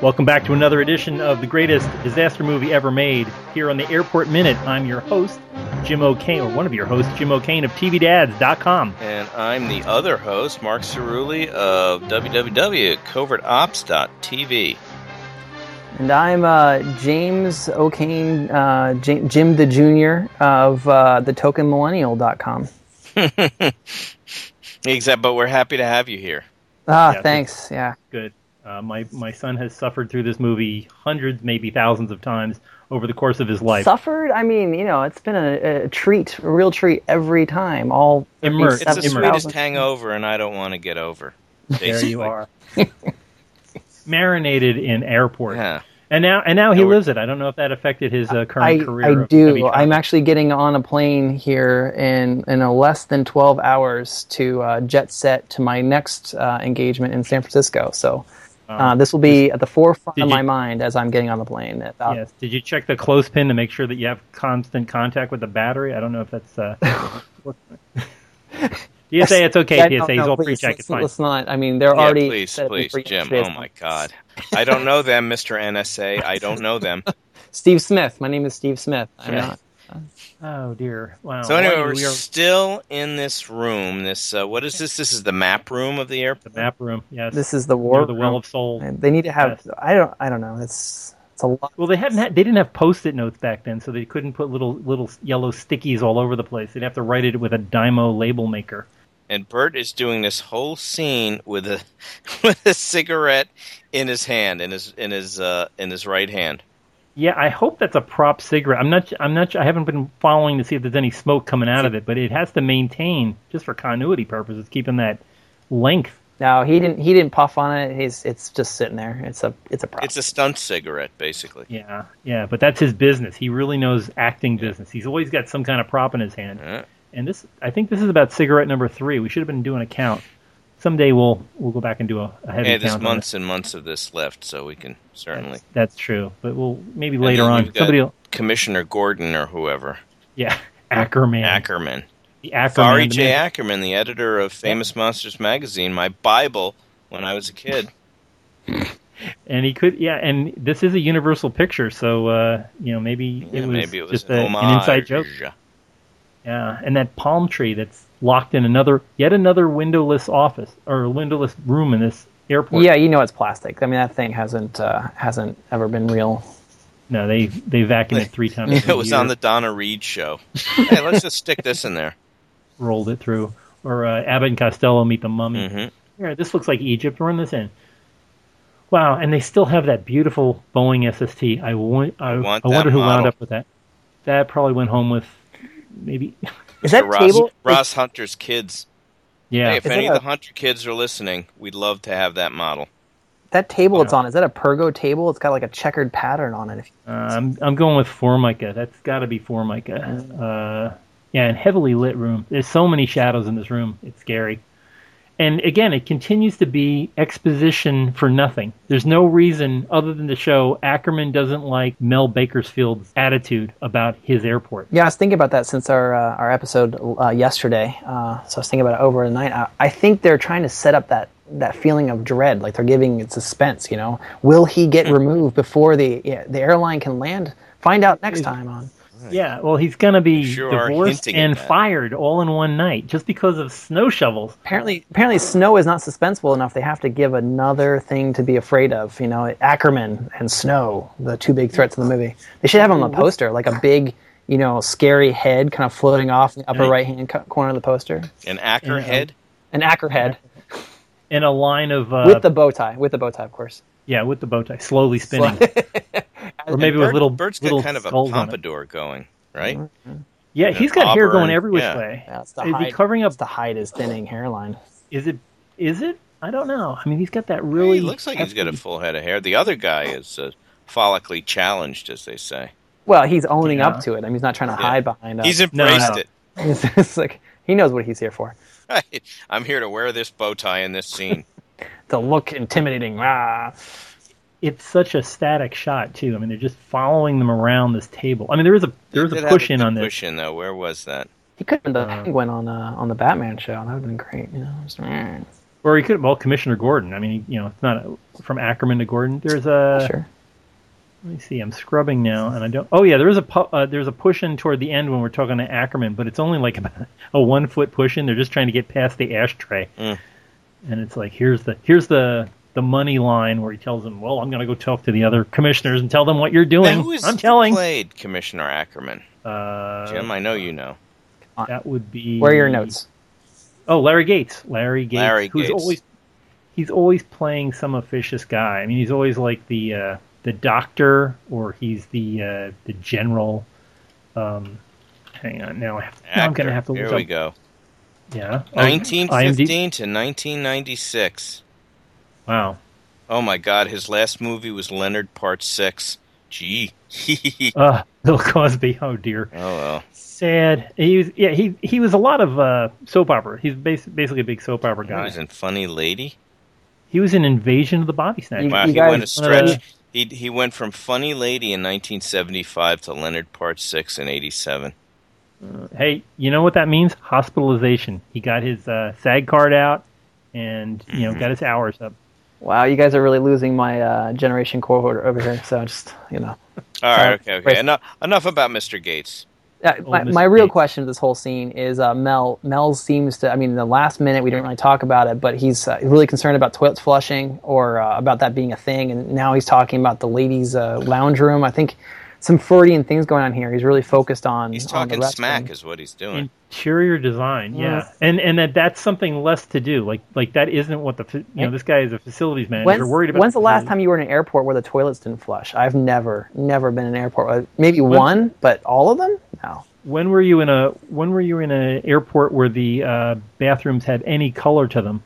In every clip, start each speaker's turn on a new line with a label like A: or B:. A: Welcome back to another edition of the greatest disaster movie ever made here on the Airport Minute. I'm your host, Jim O'Kane, or one of your hosts, Jim O'Kane of TVDads.com.
B: And I'm the other host, Mark Cerulli of www.covertops.tv.
C: And I'm uh, James O'Kane, uh, J- Jim the Junior of uh, thetokenmillennial.com.
B: Except, but we're happy to have you here.
C: Ah,
A: Yeah,
C: thanks. Yeah.
A: Good. Uh, my, my son has suffered through this movie hundreds, maybe thousands of times over the course of his life.
C: Suffered? I mean, you know, it's been a, a treat, a real treat every time. All
A: Immersed.
B: It's the
C: 37,000.
B: sweetest hangover, and I don't want to get over.
A: there
B: basically.
A: you are. Marinated in airport.
B: Yeah.
A: And now and now he
B: Yeah, we're-
A: lives it. I don't know if that affected his uh,
C: I,
A: current career.
C: I
A: of heavy
C: do.
A: traffic.
C: I'm actually getting on a plane here in, in a less than 12 hours to uh, jet set to my next uh, engagement in San Francisco. So uh, this will be at the forefront
A: Did
C: of
A: you-
C: my mind as I'm getting on the plane. At about
A: Yes. Did you check the clothespin to make sure that you have constant contact with the battery? I don't know if that's. Uh, DSA, it's okay.
C: Yeah,
A: DSA,
C: no,
A: he's
C: no,
A: all
C: please,
A: pre-check.
C: let's-
A: It's fine.
C: Let's not. I mean, they're
B: Yeah,
C: already.
B: please,
C: set up
B: please,
C: for
B: Jim.
C: yesterday's
B: Oh my
C: one.
B: God, I don't know them, Mister NSA. I don't know them.
C: Steve Smith. My name is Steve Smith. I'm
B: Yeah.
C: not.
A: Oh dear. Wow.
B: So anyway,
A: Why
B: we're
A: we are
B: still in this room. This uh, what is this? This is the map room of the
A: the
B: airport.
A: map room. Yes.
C: This is the
A: Near
C: war.
A: the well of soul.
C: They need to have.
A: Yes.
C: I don't. I don't know. It's. It's a lot.
A: Well, they hadn't. Had, they didn't have post-it notes back then, so they couldn't put little little yellow stickies all over the place. They'd have to write it with a Dymo label maker.
B: And Bert is doing this whole scene with a with a cigarette in his hand, in his in his uh, in his right hand.
A: Yeah, I hope that's a prop cigarette. I'm not. I'm not. I haven't been following to see if there's any smoke coming out of it, but it has to maintain just for continuity purposes, keeping that length.
C: No, he didn't. He didn't puff on it. He's. It's just sitting there. It's a. It's a prop.
B: It's a stunt cigarette, basically.
A: Yeah, yeah. But that's his business. He really knows acting business. He's always got some kind of prop in his hand.
B: Yeah.
A: And this, I think, this is about cigarette number three. We should have been doing a count. Someday we'll we'll go back and do a, a heavy
B: Hey, there's
A: count. on
B: months and months of this left, so we can
A: this.
B: certainly.
A: That's, that's true. But we'll maybe
B: And
A: later
B: then
A: on.
B: you've got
A: Somebody, will-
B: Commissioner Gordon or whoever,
A: yeah, Ackerman,
B: Ackerman.
A: the Ackerman,
B: Barry
A: the
B: J.
A: man-
B: Ackerman, the editor of Famous Monsters magazine, my Bible when I was a kid.
A: and he could yeah and this is a universal picture so uh you know maybe it
B: Yeah,
A: was
B: maybe it was
A: just
B: an
A: a-
B: homage.
A: an inside joke yeah and that palm tree that's locked in another yet another windowless office or windowless room in this airport
C: yeah, you know it's plastic. I mean, that thing hasn't uh, hasn't ever been real.
A: no they they vacuumed it three times a
B: It was
A: year,
B: on the Donna Reed show. hey, let's just stick this in there.
A: rolled it through or uh, abbott and costello meet the mummy
B: Mhm.
A: yeah this looks like egypt run this in wow and they still have that beautiful boeing sst i, want, I,
B: want
A: I
B: that
A: wonder who wound
B: model.
A: up with that that probably went home with maybe
C: Is that
B: To Ross,
C: table?
B: Ross Hunter's kids.
A: yeah
B: Hey, if
C: Is
B: any
C: it
B: of
C: a-
B: the Hunter kids are listening, we'd love to have that model.
C: That table it's
A: Yeah.
C: on. Is that a Pergo table? It's got like a checkered pattern on it.
A: Uh, I'm I'm going with Formica. That's got to be Formica. Uh, yeah, and heavily lit room. There's so many shadows in this room. It's scary. And again, it continues to be exposition for nothing. There's no reason other than to show Ackerman doesn't like Mel Bakersfield's attitude about his airport.
C: Yeah, I was thinking about that since our uh, our episode uh, yesterday. Uh, so I was thinking about it over the night. I, I think they're trying to set up that that feeling of dread, like they're giving it suspense. You know, will he get removed before the yeah, the airline can land? Find out next time on.
A: Yeah, well, he's going to be
B: sure are
A: divorced
B: hinting at
A: and
B: that.
A: fired all in one night just because of snow shovels.
C: Apparently, apparently, snow is not suspenseful enough. They have to give another thing to be afraid of. You know, Ackerman and snow, the two big threats of the movie. They should have them on the poster, like a big, you know, scary head kind of floating off in the upper
A: Right.
C: right hand co- corner of the poster.
B: An Acker
A: Yeah.
B: head?
C: An Acker head
A: In a line of uh,
C: with the bow tie, with the bow tie, of course.
A: yeah, with the bow tie, slowly spinning, or maybe with
B: Bert-
A: little
B: Bert's
A: little
B: got kind of a
A: skulls on it.
B: pompadour going, right?
A: Yeah, he's got hair
B: auburn,
A: going every which
B: yeah.
A: way.
C: Yeah, it's the
A: is he
C: hide-
A: covering up?
C: It's to hide his thinning hairline.
A: Is it? Is it? I don't know. I mean, he's got that
B: He
A: really.
B: looks like he's got a
A: hefty-
B: full head of hair. The other guy is uh, follically challenged, as they say.
C: Well, he's owning
A: Yeah.
C: up to it. I mean, he's not trying to hide behind. A,
B: He's embraced
A: no.
B: it.
C: it's, it's like he knows what he's here for.
B: Right. I'm here to wear this bow tie in this scene.
C: To look intimidating. Ah. Rah.
A: It's such a static shot too. I mean, they're just following them around this table. I mean, there is a there is
B: Did
A: a
B: have
A: push in
B: good
A: on this.
B: Push in though. Where was that?
C: He could have been the penguin on uh, on the Batman show. That would have been great. You know, just,
A: or he could well Commissioner Gordon. I mean, you know, it's not from Ackerman to Gordon. There's a
C: sure.
A: let me see. I'm scrubbing now, and I don't. Oh yeah, there is a pu- uh, there's a push in toward the end when we're talking to Ackerman, but it's only like about a one foot push in. They're just trying to get past the ashtray,
B: Mm.
A: and it's like here's the here's the the money line where he tells them, "Well, I'm going to go talk to the other commissioners and tell them what you're doing."
B: Now, who is
A: I'm telling.
B: played Commissioner Ackerman?
A: Uh,
B: Jim, I know you know.
A: that would be
C: Where are your notes?
A: Oh, Larry Gates. Larry Gates.
B: Larry
A: who's
B: Gates.
A: always he's always playing some officious guy. I mean, he's always like the uh, the doctor or he's the uh, the general. Um, hang on, now I have to, now I'm going
B: Actor.
A: to have to
B: Here
A: look
B: we
A: up.
B: go.
A: Yeah, Oh,
B: 1915
A: IMD
B: to 1996.
A: Wow.
B: Oh my God, his last movie was Leonard Part Six. Gee.
A: Uh, Bill Cosby. Oh dear.
B: oh well.
A: Sad. He was yeah. He he was a lot of uh, soap opera. He's bas- basically a big soap opera
B: He
A: guy.
B: was in Funny Lady.
A: He was in Invasion of the Body Snatchers.
B: Wow,
C: You
B: he
C: guys-
B: went a
A: one of the-
B: stretch. He he went from Funny Lady in 1975 to Leonard Part Six in '87.
A: hey, you know what that means? Hospitalization. He got his uh, SAG card out, and you know got his hours up.
C: Wow, you guys are really losing my uh, generation cohort over here. So just you know,
B: All right,
C: Sorry.
B: okay, okay. Enough, enough about Mr. Gates.
C: Uh,
A: Oh,
C: my,
A: Mr.
C: my real
A: Gates.
C: question of this whole scene is uh, Mel. Mel seems to. I mean, the last minute we didn't really talk about it, but he's uh, really concerned about toilet flushing or uh, about that being a thing, and now he's talking about the ladies' uh, lounge room. I think some Freudian things going on here. He's really focused on.
B: He's
C: on the
B: talking
C: restroom.
B: smack, is what he's doing.
A: Interior design, yeah,
C: Mm.
A: and and that that's something less to do. Like like that isn't what the fa- you know this guy is a facilities manager.
C: When's,
A: worried about
C: when's the last time you were in an airport where the toilets didn't flush? I've never, never been in an airport. where- Maybe one, but all of them? No.
A: When were you in a when were you in an airport where the uh, bathrooms had any color to them?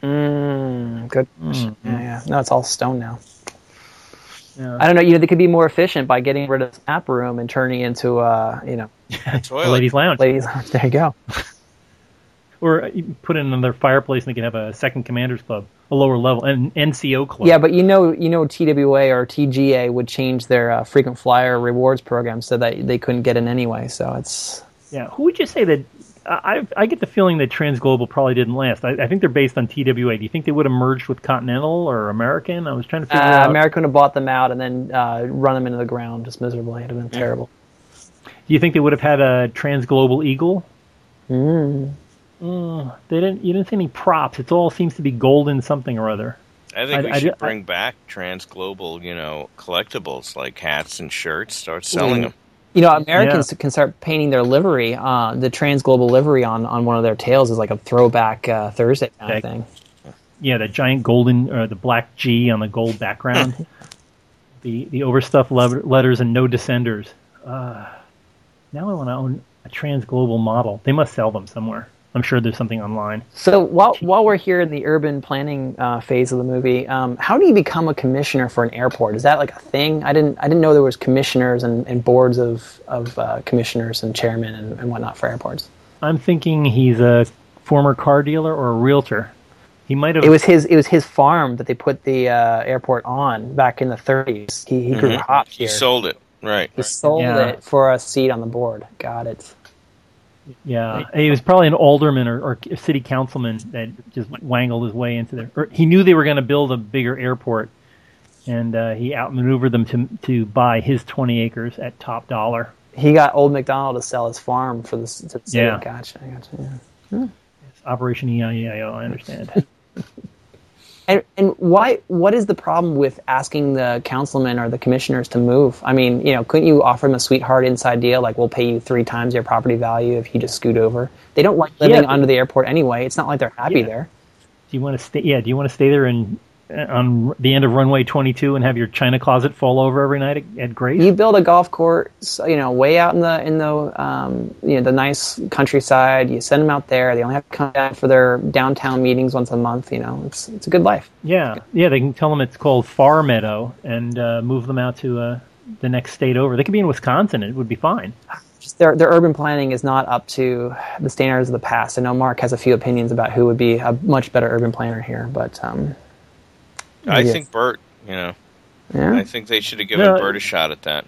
C: Mm, good. question. Yeah, yeah. No, it's all stone now.
A: Yeah.
C: I don't know. You know, they could be more efficient by getting rid of the snap room and turning it into, uh, you know,
A: The
B: Toilet.
A: ladies' lounge,
C: ladies. lounge. There you go.
A: or you put in another fireplace, and they can have a second commanders club, a lower level, an NCO club.
C: Yeah, but you know, you know, TWA or TGA would change their uh, frequent flyer rewards program so that they couldn't get in anyway. So it's
A: Yeah, who would you say that? I I- I get the feeling that Transglobal probably didn't last. I, I think they're based on TWA. Do you think they would have merged with Continental or American? I was trying to figure
C: uh,
A: out.
C: America would have bought them out and then uh, run them into the ground just miserably. It'd have been terrible.
A: Do you think they would have had a Transglobal Eagle? Mm, they didn't. You didn't see any props. It all seems to be golden something or other.
B: I think
A: I-
B: we
A: I-
B: should
A: I-
B: bring back trans global, you know, collectibles like hats and shirts. Start selling them.
C: You know, Americans can start painting their livery, uh, the trans global livery on, on one of their tails is like a throwback uh, Thursday kind of
A: Okay.
C: thing.
A: Yeah, the giant golden or the black G on the gold background. the the overstuffed le- letters and no descenders. Uh, now I want to own a Transglobal model. They must sell them somewhere. I'm sure there's something online.
C: So while while we're here in the urban planning uh, phase of the movie, um, how do you become a commissioner for an airport? Is that like a thing? I didn't I didn't know there was commissioners and, and boards of of uh, commissioners and chairmen and, and whatnot for airports.
A: I'm thinking he's a former car dealer or a realtor. He might have.
C: It was his it was his farm that they put the uh, airport on back in the 30s. He he grew hot
B: He
C: here.
B: sold it, right?
C: he sold
A: Yeah.
C: it for a seat on the board. Got it.
A: yeah, he was probably an alderman or, or a city councilman that just wangled his way into there. Or he knew they were going to build a bigger airport, and uh, he outmaneuvered them to to buy his 20 acres at top dollar.
C: He got old McDonald to sell his farm for the, s- to the city.
A: Yeah.
C: Gotcha. Gotcha. Yeah.
A: It's Operation EIEIO, I understand.
C: And, and why? What is the problem with asking the councilman or the commissioners to move? I mean, you know, couldn't you offer them a sweetheart inside deal, like we'll pay you three times your property value if you just scoot over? They don't like living
A: Yeah.
C: under the airport anyway. It's not like they're happy
A: Yeah.
C: there.
A: do you want to stay? Yeah, do you want to stay there and uh, on the end of runway 22 and have your china closet fall over every night at, at Grace?
C: You build a golf course, you know, way out in the in the um, you know the nice countryside. You send them out there. They only have to come down for their downtown meetings once a month. You know, it's it's a good life.
A: Yeah, yeah, they can tell them it's called Far Meadow and uh, move them out to uh, the next state over. They could be in Wisconsin; and it would be fine.
C: just their their urban planning is not up to the standards of the past. I know Mark has a few opinions about who would be a much better urban planner here, but um,
B: I
C: Yes.
B: think Bert. You know, I
C: yeah.
B: think they should have given
A: No,
B: Bert a shot at that.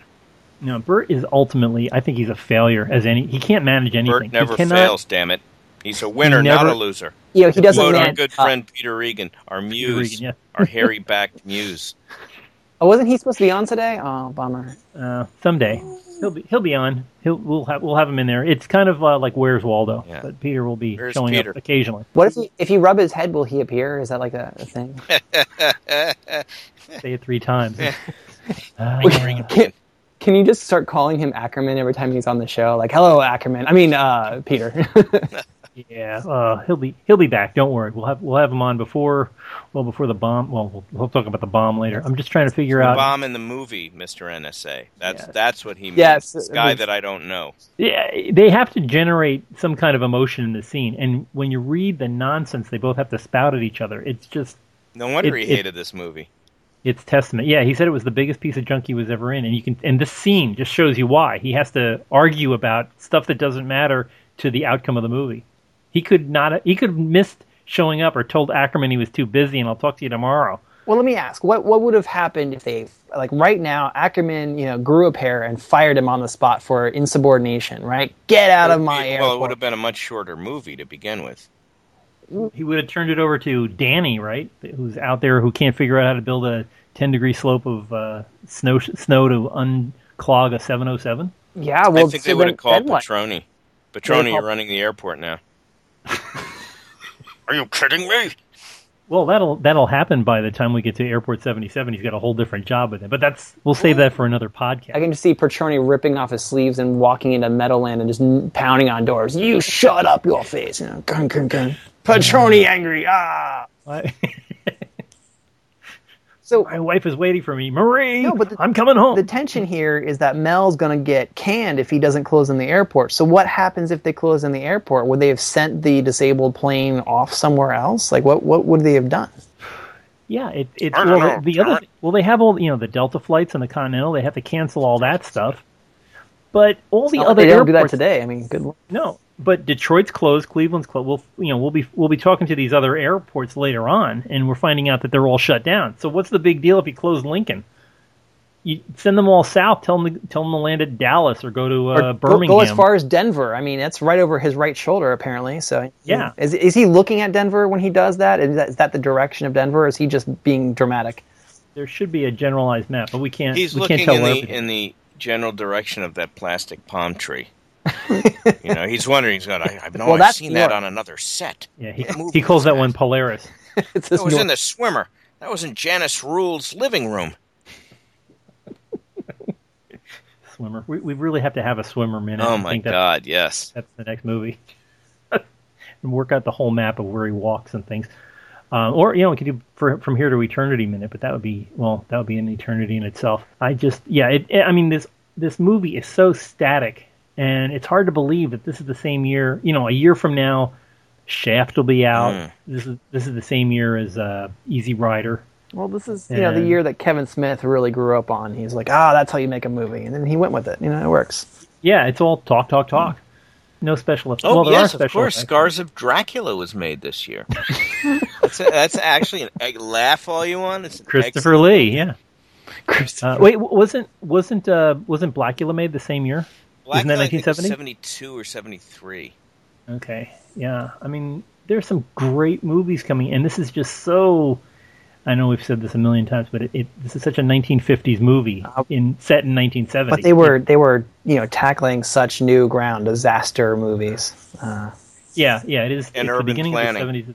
A: No, Bert is ultimately, I think he's a failure as any. He can't manage anything.
B: Bert never
A: he cannot,
B: fails. Damn it! He's a winner,
A: Never-
B: not a loser.
C: You know, he doesn't. Uh,
B: Quote our
C: man
B: good
C: up.
B: friend Peter Regan, our muse,
A: Regan, yeah.
B: our hairy-backed muse.
C: Oh, wasn't he supposed to be on today? Oh, bummer.
A: Uh, someday he'll be he'll be on. He'll we'll have we'll have him in there. It's kind of uh, like Where's Waldo,
B: Yeah.
A: but Peter will be
B: Where's
A: showing
B: Peter?
A: up occasionally.
C: What if he, if you rub his head, will he appear? Is that like a, a thing?
A: Say it three times. Ah,
C: can, can you just start calling him Ackerman every time he's on the show? Like, hello, Ackerman. I mean, uh, Peter.
A: yeah, uh, he'll be he'll be back. Don't worry. We'll have we'll have him on before well before the bomb. Well, we'll, we'll talk about the bomb later. I'm just trying to figure out.
B: Bomb in the movie, Mister NSA. That's
A: Yes.
B: that's what he means.
C: Yes,
B: this
C: it
B: guy
C: means-
B: that I don't know.
A: Yeah, they have to generate some kind of emotion in the scene, and when you read the nonsense they both have to spout at each other, it's just
B: No wonder
A: It-
B: he
A: it-
B: hated this movie.
A: it's testament. Yeah, he said it was the biggest piece of junk he was ever in, and you can and this scene just shows you why he has to argue about stuff that doesn't matter to the outcome of the movie. He could not. He could have missed showing up or told Ackerman he was too busy, and I'll talk to you tomorrow.
C: Well, let me ask, what what would have happened if they like right now Ackerman, you know, grew a pair and fired him on the spot for insubordination, right? Get out of my
B: It-
C: airport.
B: well, it would have been a much shorter movie to begin with.
A: He would have turned it over to Danny, right? Who's out there who can't figure out how to build a ten degree slope of uh, snow snow to unclog a seven oh seven.
C: yeah, well,
B: I think
C: so
B: they would
C: then-
B: have called
C: then what?
B: Petroni. Petroni,
C: called-
B: you're running the airport now. Are you kidding me?
A: Well, that'll that'll happen by the time we get to Airport seventy seven. He's got a whole different job with him, but that's we'll save that for another podcast.
C: I can just see Petroni ripping off his sleeves and walking into Meadowland and just n- pounding on doors. You shut up, your face. You know, gun, gun, gun. Petroni angry. Ah.
A: My,
C: So
A: my wife is waiting for me, Marie.
C: No, but the-
A: I'm coming home.
C: the tension here is that Mel's going to get canned if he doesn't close in the airport. So what happens if they close in the airport? Would they have sent the disabled plane off somewhere else? Like what what would they have done?
A: yeah, it, it's
B: I don't
A: well,
B: know,
A: the, the other
B: John.
A: thing- well they have all you know the Delta flights and the Continental. They have to cancel all that stuff. But all the
C: Not like
A: other
C: they don't do that
A: airports-
C: today. I mean, good. lord.
A: No, but Detroit's closed. Cleveland's closed. We'll you know we'll be we'll be talking to these other airports later on, and we're finding out that they're all shut down. So what's the big deal if you close Lincoln? You send them all south. Tell them to, tell them to land at Dallas or go to uh,
C: Or go-
A: Birmingham.
C: Go, as far as Denver. I mean, that's right over his right shoulder, apparently. So
A: Yeah.
C: is is he looking at Denver when he does that? Is that, is that the direction of Denver? Or is he just being dramatic?
A: there should be a generalized map, but we can't.
B: He's
A: we
B: looking
A: can't tell
B: in
A: where
B: the
A: everything-
B: in the general direction of that plastic palm tree. you know, he's wondering. He's going, I, I know
C: Well,
B: I've
C: that's
B: seen that
C: York.
B: on another set.
A: yeah, he,
B: Move
A: he calls that
B: fast.
A: one Polaris.
C: It's
B: That
C: this
B: was
C: nor-
B: in the swimmer. That was in Janice Rule's living room.
A: Swimmer. We, we really have to have a swimmer minute.
B: Oh
A: I
B: my
A: think that's-
B: God! Yes.
A: That's the next movie. and work out the whole map of where he walks and things. Um, or you know, we could do for, from here to eternity minute, but that would be well, that would be an eternity in itself. I just yeah, it, I mean this this movie is so static, and it's hard to believe that this is the same year. You know, a year from now, Shaft will be out.
B: Mm.
A: This is this is the same year as uh, Easy Rider.
C: well, this is you know the
A: Yeah.
C: year that Kevin Smith really grew up on. He's like, ah, that's how you make a movie, and then he went with it. You know, it works.
A: Yeah, it's all talk, talk, talk. No special effects.
B: Mm. Oh
A: well, there
B: yes,
A: are
B: of
A: special
B: course.
A: effects.
B: Scars of Dracula was made this year. that's, that's actually an egg, laugh all you want. It's an
A: Christopher Lee. Yeah. Uh, wait, w- wasn't wasn't uh, wasn't Blackula made the same year?
B: excellent-
A: Isn't that
B: Black Knight, I think, was
A: 1970?
B: 72 or seventy three.
A: Okay, yeah. I mean, there's some great movies coming, and this is just so. I know we've said this a million times, but it, it this is such a 1950s movie in set in 1970.
C: Uh, But they were they were you know tackling such new ground, disaster movies, uh,
A: yeah, yeah. It is it's
B: And
A: the
B: urban
A: beginning
B: planning.
A: of the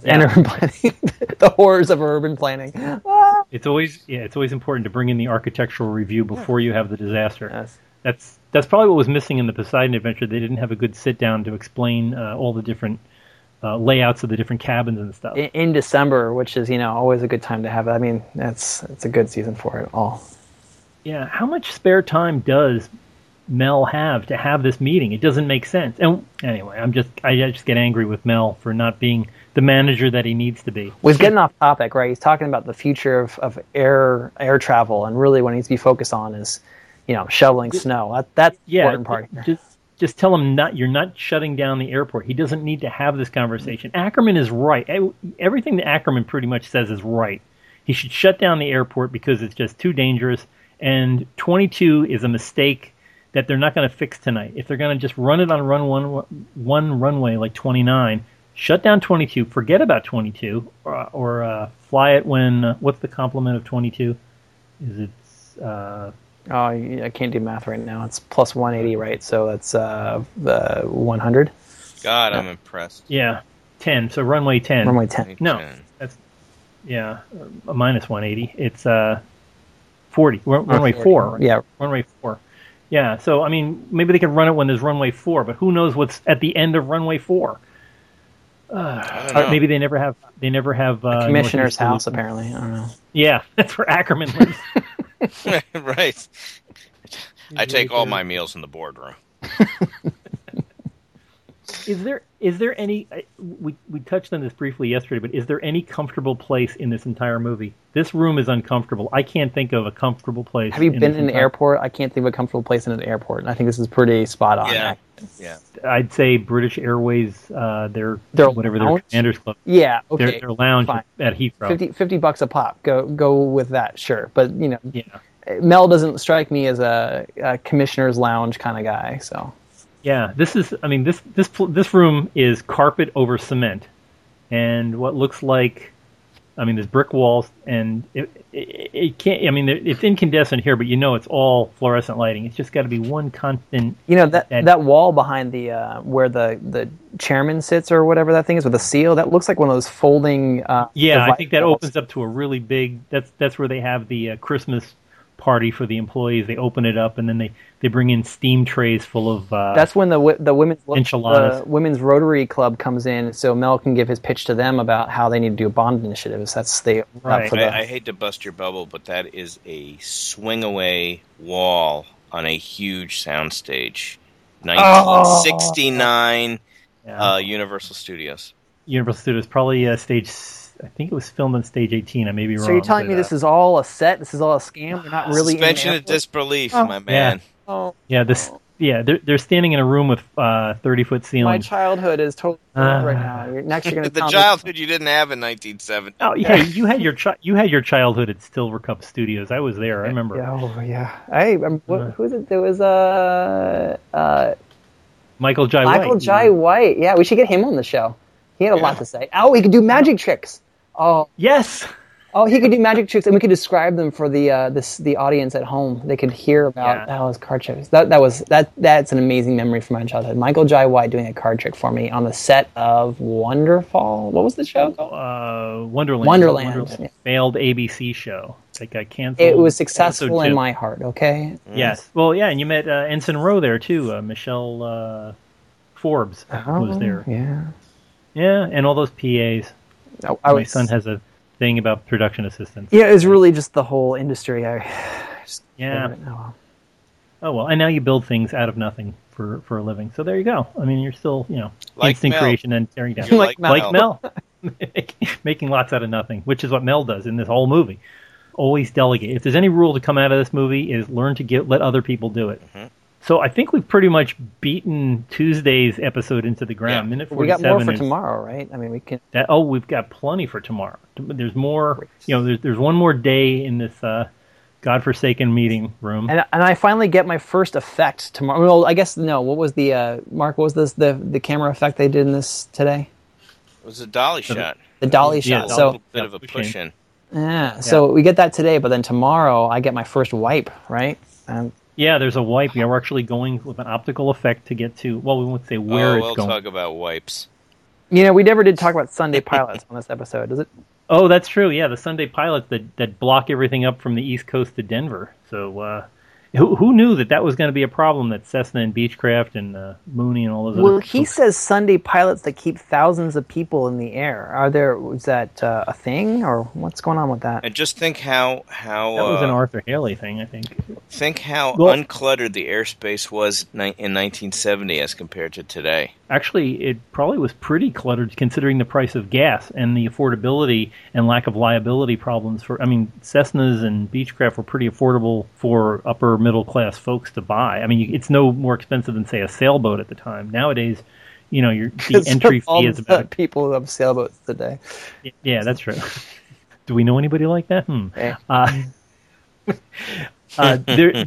A: 70s.
C: and urban planning, the horrors of urban planning. Ah!
A: It's always yeah, it's always important to bring in the architectural review before you have the disaster.
C: Yes.
A: That's that's probably what was missing in the Poseidon Adventure. They didn't have a good sit down to explain uh, all the different uh, layouts of the different cabins and stuff.
C: In, in December, which is you know always a good time to have. it. I mean, that's it's a good season for it all.
A: Yeah, how much spare time does Mel have to have this meeting? It doesn't make sense. And anyway, I'm just I just get angry with Mel for not being the manager that he needs to be.
C: We're getting off topic, right? He's talking about the future of, of air air travel, and really what he needs to be focused on is, you know, shoveling snow. That, that's the
A: Yeah,
C: important part. here.
A: just just tell him not you're not shutting down the airport. He doesn't need to have this conversation. Ackerman is right. E- Everything that Ackerman pretty much says is right. He should shut down the airport because it's just too dangerous and 22 is a mistake that they're not going to fix tonight. If they're going to just run it on run one, one runway like 29, shut down 22, forget about 22, or, or uh, fly it when uh, what's the complement of 22? Is it uh,
C: Oh, I I can't do math right now. It's plus 180, right? So that's uh, uh, 100.
B: God, I'm impressed.
A: yeah 10? So runway 10.
C: Runway 10.
A: No,
B: Ten.
A: that's yeah uh, minus 180. It's uh 40 run, runway
C: 40.
A: four. Uh, Right?
C: Oh, Yeah.
A: runway four. Yeah, so I mean, maybe they could run it when there's runway four, but who knows what's at the end of runway four?
B: I don't
A: Or
B: know.
A: Uh, maybe they never have. They never have uh,
C: Commissioner's
A: Northeast Loop.
C: house, apparently. I don't know.
A: Yeah, that's where Ackerman lives.
B: right. I take all my meals in the boardroom.
A: is there is there any? I- We we touched on this briefly yesterday, but is there any comfortable place in this entire movie? This room is uncomfortable. I can't think of a comfortable place.
C: Have you been
A: this
C: in an
A: entire-
C: airport? I can't think of a comfortable place in an airport. And I think this is pretty spot on.
B: Yeah. Yeah.
A: I'd say British Airways. Uh, their
C: Their
A: whatever their
C: lounge?
A: commanders club.
C: Yeah,
A: Their,
C: okay.
A: their lounge
C: fine.
A: at Heathrow.
C: 50, 50 bucks a pop. Go go with that, sure. But, you know,
A: yeah.
C: Mel doesn't strike me as a, a commissioner's lounge kind of guy. So,
A: Yeah, this is. I mean, this this pl- this room is carpet over cement, and what looks like, I mean, there's brick walls, and it it, it can't. I mean, there- it's incandescent here, but you know, it's all fluorescent lighting. It's just got to be one constant.
C: you know, that
A: That-
C: that wall behind the uh, where the, the chairman sits or whatever that thing is with the seal, that looks like one of those folding. Uh,
A: Yeah, I
C: divided
A: think that
C: walls.
A: opens up to a really big. That's that's where they have the uh, Christmas party for the employees. They open it up, and then they they bring in steam trays full of. Uh,
C: That's when the wo- the women's
A: Enchiladas.
C: the women's Rotary Club comes in, so Mel can give his pitch to them about how they need to do bond initiatives. That's the
A: Right.
C: up for the-
B: I, I hate to bust your bubble, but that is a swing away wall on a huge soundstage. 1969
A: yeah.
B: uh, Universal Studios.
A: Universal Studios probably uh, stage. s- I think it was filmed on stage 18. I may be wrong.
C: so you're telling me
A: but, uh,
C: this is all a set? This is all a scam? They're not really in
B: Suspension
C: the
B: of disbelief,
C: Oh.
B: my man.
C: airport?
A: Yeah, this. Yeah, they're they're standing in a room with uh, thirty foot
C: My
A: ceilings.
C: childhood is totally
A: Uh.
C: right now. You're, next, you're going to
B: the childhood you didn't have in 1970.
A: oh yeah, you had your chi- you had your childhood at Silver Cup Studios. I was there. I remember.
C: Yeah, oh, yeah. Hey, I'm,
A: Uh.
C: what, who's it? There was uh, uh,
A: Michael Jai
C: Michael
A: White.
C: Jai White. Yeah, we should get him on the show. He had a lot
B: Yeah.
C: to say. Oh, he could do magic tricks. Oh,
A: Yes.
C: Oh, he could do magic tricks, and we could describe them for the uh, this the audience at home. They could hear about
A: Yeah.
C: that was card tricks. That that was that that's an amazing memory from my childhood. Michael Jai White doing a card trick for me on the set of Wonderfall. What was the show called?
A: Uh, Wonderland.
C: Wonderland, yeah.
A: Failed ABC show that got canceled.
C: It was
A: Also
C: successful in
A: Jim-
C: my heart. Okay.
A: Yes. Well, yeah, and you met uh, Ensign Rowe there too. Uh, Michelle uh, Forbes was there.
C: Oh, Yeah.
A: Yeah, and all those PAs.
C: I, I
A: My
C: was,
A: son has a thing about production assistants.
C: Yeah, it was really just the whole industry. I just
A: Yeah.
C: Oh, well.
A: Oh well, and now you build things out of nothing for for a living. So there you go. I mean, you're still you know
B: Like
A: instant
B: Mel.
A: creation and tearing down.
B: You're like
A: like Mel, making lots out of nothing, which is what Mel does in this whole movie. Always delegate. If there's any rule to come out of this movie, is learn to get let other people do it.
B: Mm-hmm.
A: So I think we've pretty much beaten Tuesday's episode into the ground.
B: Yeah.
A: Minute
C: we
A: forty-seven.
C: got more for
A: is-
C: tomorrow, right? I mean, we can.
A: that oh we've got plenty for tomorrow there's more you know there's, there's one more day in this uh godforsaken meeting room
C: And, and I finally get my first effect tomorrow. Well, I guess no. What was the uh, Mark? What was this the the camera effect they did in this today?
B: It was a dolly shot.
C: The dolly
A: Yeah,
C: shot.
B: a
A: dolly.
C: So
B: little bit of a
A: Pushing.
B: push in.
C: yeah, so we get that today, but then tomorrow I get my first wipe. Right? Um,
A: yeah there's a wipe yeah we're actually going with an optical effect to get to well we won't say where
B: oh,
A: it's
B: we'll
A: going
B: talk about wipes.
C: you know, we never did talk about Sunday pilots on this episode. Does it?
A: oh that's true yeah the sunday pilots that that block everything up from the east coast to denver so uh who, who knew that that was going to be a problem that Cessna and Beechcraft and uh, Mooney and all those
C: Well,
A: other
C: he says Sunday pilots that keep thousands of people in the air. Are there? Is that uh, a thing, or what's going on with that?
B: And just think how how
A: that was
B: uh,
A: an Arthur Haley thing, I think.
B: think how
A: Well-
B: uncluttered the airspace was ni- in 1970 as compared to today.
A: actually it probably was pretty cluttered considering the price of gas and the affordability and lack of liability problems for i mean cessnas and beechcraft were pretty affordable for upper middle class folks to buy i mean you- it's no more expensive than say a sailboat at the time nowadays you know your the
C: 'Cause
A: entry
C: of all
A: fee is
C: the
A: about
C: people who have sailboats today.
A: yeah that's true do we know anybody like that hmm
C: Yeah.
A: uh, Uh, there,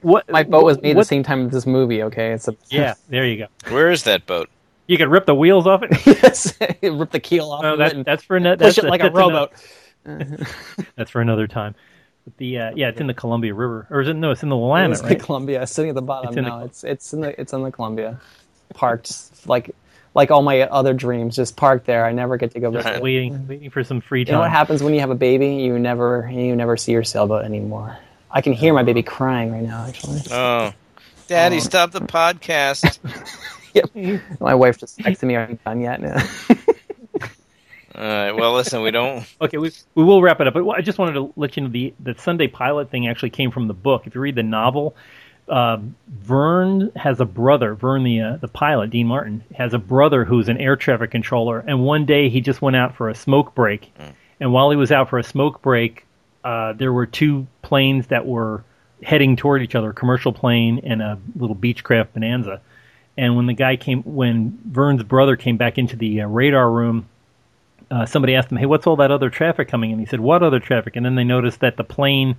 A: what
C: My boat was made at the
A: what-
C: same time as this movie. Okay, it's a
A: Yeah, there you go.
B: Where is that boat?
A: You could rip the wheels off it.
C: yes, rip the keel off
A: No,
C: of it
A: that,
C: and
A: that's for another.
C: push
A: that's
C: it like a
A: that's ano-
C: rowboat.
A: that's for another time. But the uh, yeah, it's in the Columbia River, or is it? No, it's in the Willamette,
C: It's the
A: right?
C: Columbia sitting at the bottom.
A: It's in the
C: now.
A: Col-
C: it's it's in the it's in the Columbia, parked just like like all my other dreams, just parked there. I never get to go
A: Just
C: visit. it.
A: waiting, waiting for some free
C: You know what
A: time.
C: happens when you have a baby? You never you never see your sailboat anymore. I can hear my baby crying right now. Actually,
B: Oh, Daddy,
C: Oh.
B: stop the podcast.
C: yep. my wife just texted me. Are you done yet?
B: All right. Well, listen, we don't.
A: okay, we we will wrap it up. But I just wanted to let you know the the Sunday pilot thing actually came from the book. If you read the novel, uh, Vern has a brother. Vern, the uh, the pilot, Dean Martin, has a brother who's an air traffic controller. And one day he just went out for a smoke break, and while he was out for a smoke break, uh, there were two planes that were heading toward each other: a commercial plane and a little Beechcraft Bonanza. And when the guy came, when Vern's brother came back into the uh, radar room, uh, somebody asked him, "Hey, what's all that other traffic coming in?" He said, "What other traffic?" And then they noticed that the plane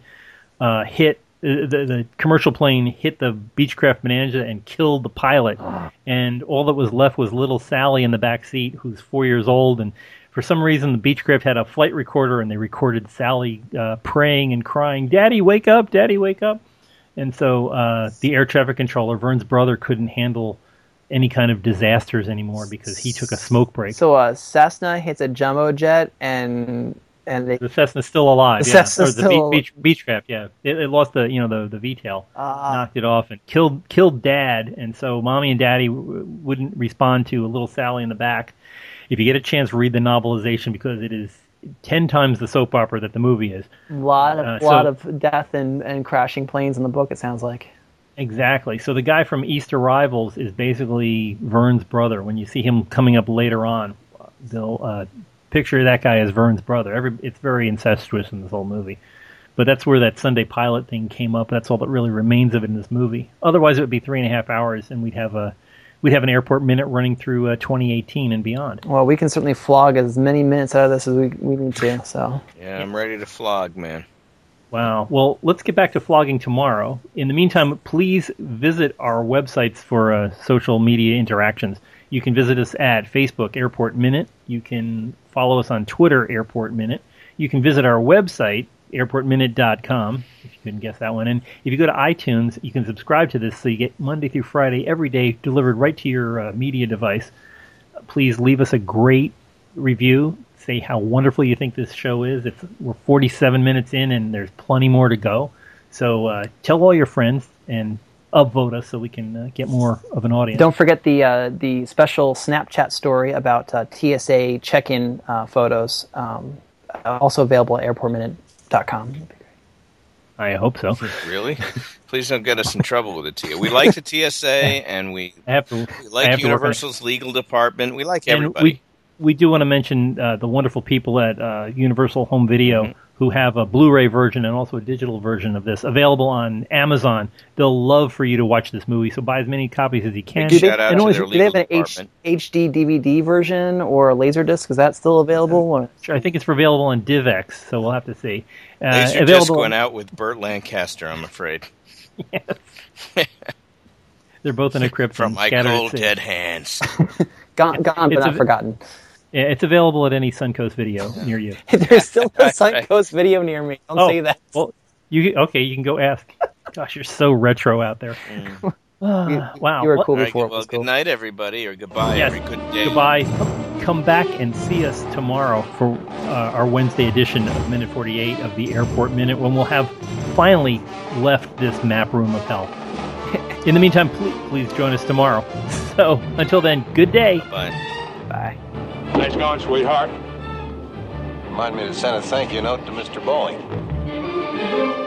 A: uh, hit uh, the, the commercial plane hit the Beechcraft Bonanza and killed the pilot, and all that was left was little Sally in the back seat, who's four years old, and for some reason the Beechcraft had a flight recorder, and they recorded Sally uh, praying and crying, "Daddy, wake up! Daddy, wake up!" And so uh, the air traffic controller, Vern's brother, couldn't handle any kind of disasters anymore because he took a smoke break.
C: so uh, Cessna hits a jumbo jet and and they
A: The Cessna's still alive.
C: The
A: yeah.
C: Cessna's
A: or the
C: still-
A: beach, beechcraft. Yeah, it, it lost the you know the the V tail,
C: uh,
A: knocked it off and killed killed Dad. And so mommy and daddy w- wouldn't respond to a little Sally in the back. If you get a chance, read the novelization because it is ten times the soap opera that the movie is.
C: lot of
A: Uh, so-
C: lot of death and, and crashing planes in the book. It sounds like.
A: Exactly. So the guy from East Arrivals is basically Vern's brother. When you see him coming up later on, they'll uh, picture that guy as Vern's brother. Every, it's very incestuous in this whole movie. But that's where that Sunday pilot thing came up. That's all that really remains of it in this movie. Otherwise, it would be three and a half hours, and we'd have a we'd have an airport minute running through uh, 2018 and beyond.
C: Well, we can certainly flog as many minutes out of this as we, we need to. So
B: Yeah, I'm ready to flog, man.
A: Wow. Well, let's get back to flogging tomorrow. In the meantime, please visit our websites for uh, social media interactions. You can visit us at Facebook, Airport Minute. You can follow us on Twitter, Airport Minute. You can visit our website, airportminute.com, if you couldn't guess that one. And if you go to iTunes, you can subscribe to this so you get Monday through Friday every day delivered right to your uh, media device please leave us a great review. Say how wonderful you think this show is. It's, we're 47 minutes in, and there's plenty more to go. So uh, tell all your friends and upvote us so we can uh, get more of an audience.
C: don't forget the uh, the special Snapchat story about uh, TSA check-in uh, photos, um, also available at airportminute.com.
A: I hope so.
B: Really? Please don't get us in trouble with the TSA. We like the TSA, and we,
A: I have to.
B: we
A: I have
B: like
A: to work on it.
B: Universal's legal department. We like
A: and
B: everybody.
A: we we do want to mention uh, the wonderful people at uh, Universal Home Video
B: Mm-hmm.
A: who have a Blu-ray version and also a digital version of this available on Amazon. They'll love for you to watch this movie, so buy as many copies as you can.
B: do. Shout out
C: and
B: to
C: always-
B: their
C: do they have
B: legal
C: an H-
B: department.
C: HD DVD version or a Laserdisc? Is that still available? Or-
A: Sure, I think it's available on DivX, so we'll have to see. Uh,
B: Laser disc
A: available.
B: went out with Burt Lancaster, I'm afraid,
A: They're both in a crypt
B: from
A: and
B: my
A: scattered at
B: cold
A: sea.
B: dead hands.
C: Gone, gone but
A: it's
C: not
A: a-
C: forgotten.
A: Yeah, it's available at any Suncoast video near you.
C: There's still a Suncoast video near me. Don't
A: Oh,
C: say that.
A: Well, you okay? You can go ask. Gosh, you're so retro out there.
B: Mm.
A: Ah, wow.
C: you were
A: Well,
C: cool
B: All right,
C: before. it
B: well,
C: was cool.
B: good night, everybody, or goodbye,
A: Yes.
B: every good day.
A: Goodbye. Come back and see us tomorrow for uh, our Wednesday edition of Minute 48 of the Airport Minute when we'll have finally left this map room of hell. In the meantime, please, please join us tomorrow. So until then, good day.
B: Bye.
C: Bye.
D: Nice going, sweetheart.
E: Remind me to send a thank you note to Mr. Bowling.